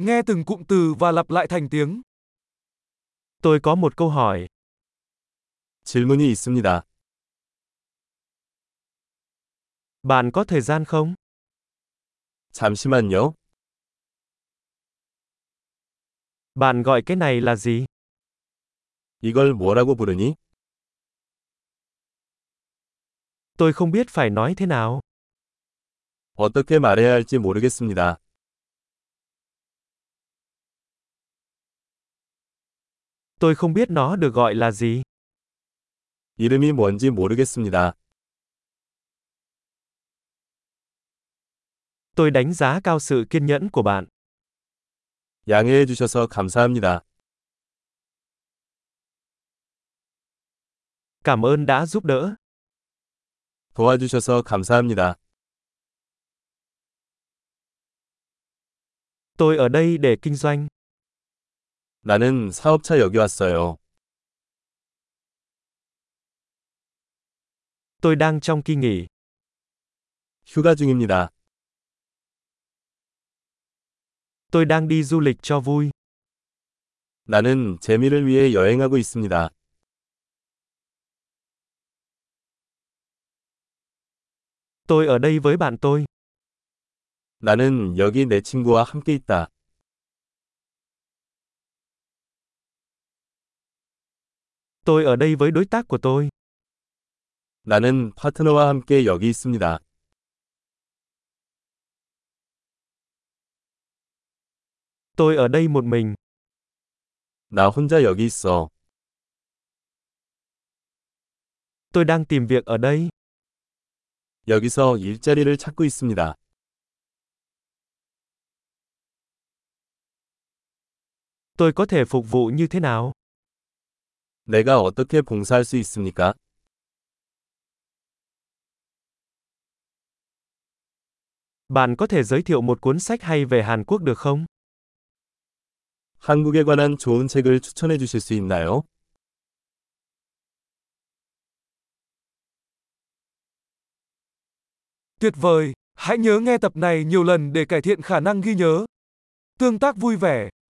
Nghe từng cụm từ và lặp lại thành tiếng. Tôi có một câu hỏi. 질문이 있습니다. Bạn có thời gian không? 잠시만요. Bạn gọi cái này là gì? 이걸 뭐라고 부르니? Tôi không biết phải nói thế nào. 어떻게 말해야 할지 모르겠습니다. Tôi không biết nó được gọi là gì. 이름이 뭔지 모르겠습니다. Tôi đánh giá cao sự kiên nhẫn của bạn. 양해해 주셔서 감사합니다. Cảm ơn đã giúp đỡ. 도와주셔서 감사합니다. Tôi ở đây để kinh doanh. 나는 사업차 여기 왔어요. Tôi đang trong kỳ nghỉ. 휴가 중입니다. Tôi đang đi du lịch cho vui. 나는 재미를 위해 여행하고 있습니다. Tôi ở đây với bạn tôi. 나는 여기 내 친구와 함께 있다. Tôi ở đây với đối tác của tôi. 나는 파트너와 함께 여기 있습니다. Tôi ở đây một mình. 나 혼자 여기 있어. Tôi đang tìm việc ở đây. 여기서 일자리를 찾고 있습니다. Tôi có thể phục vụ như thế nào? 내가 어떻게 봉사할 수 있습니까? Bạn có thể giới thiệu một cuốn sách hay về Hàn Quốc được không? 한국에 관한 좋은 책을 추천해 주실 수 있나요? Tuyệt vời! Hãy nhớ nghe tập này nhiều lần để cải thiện khả năng ghi nhớ. Tương tác vui vẻ.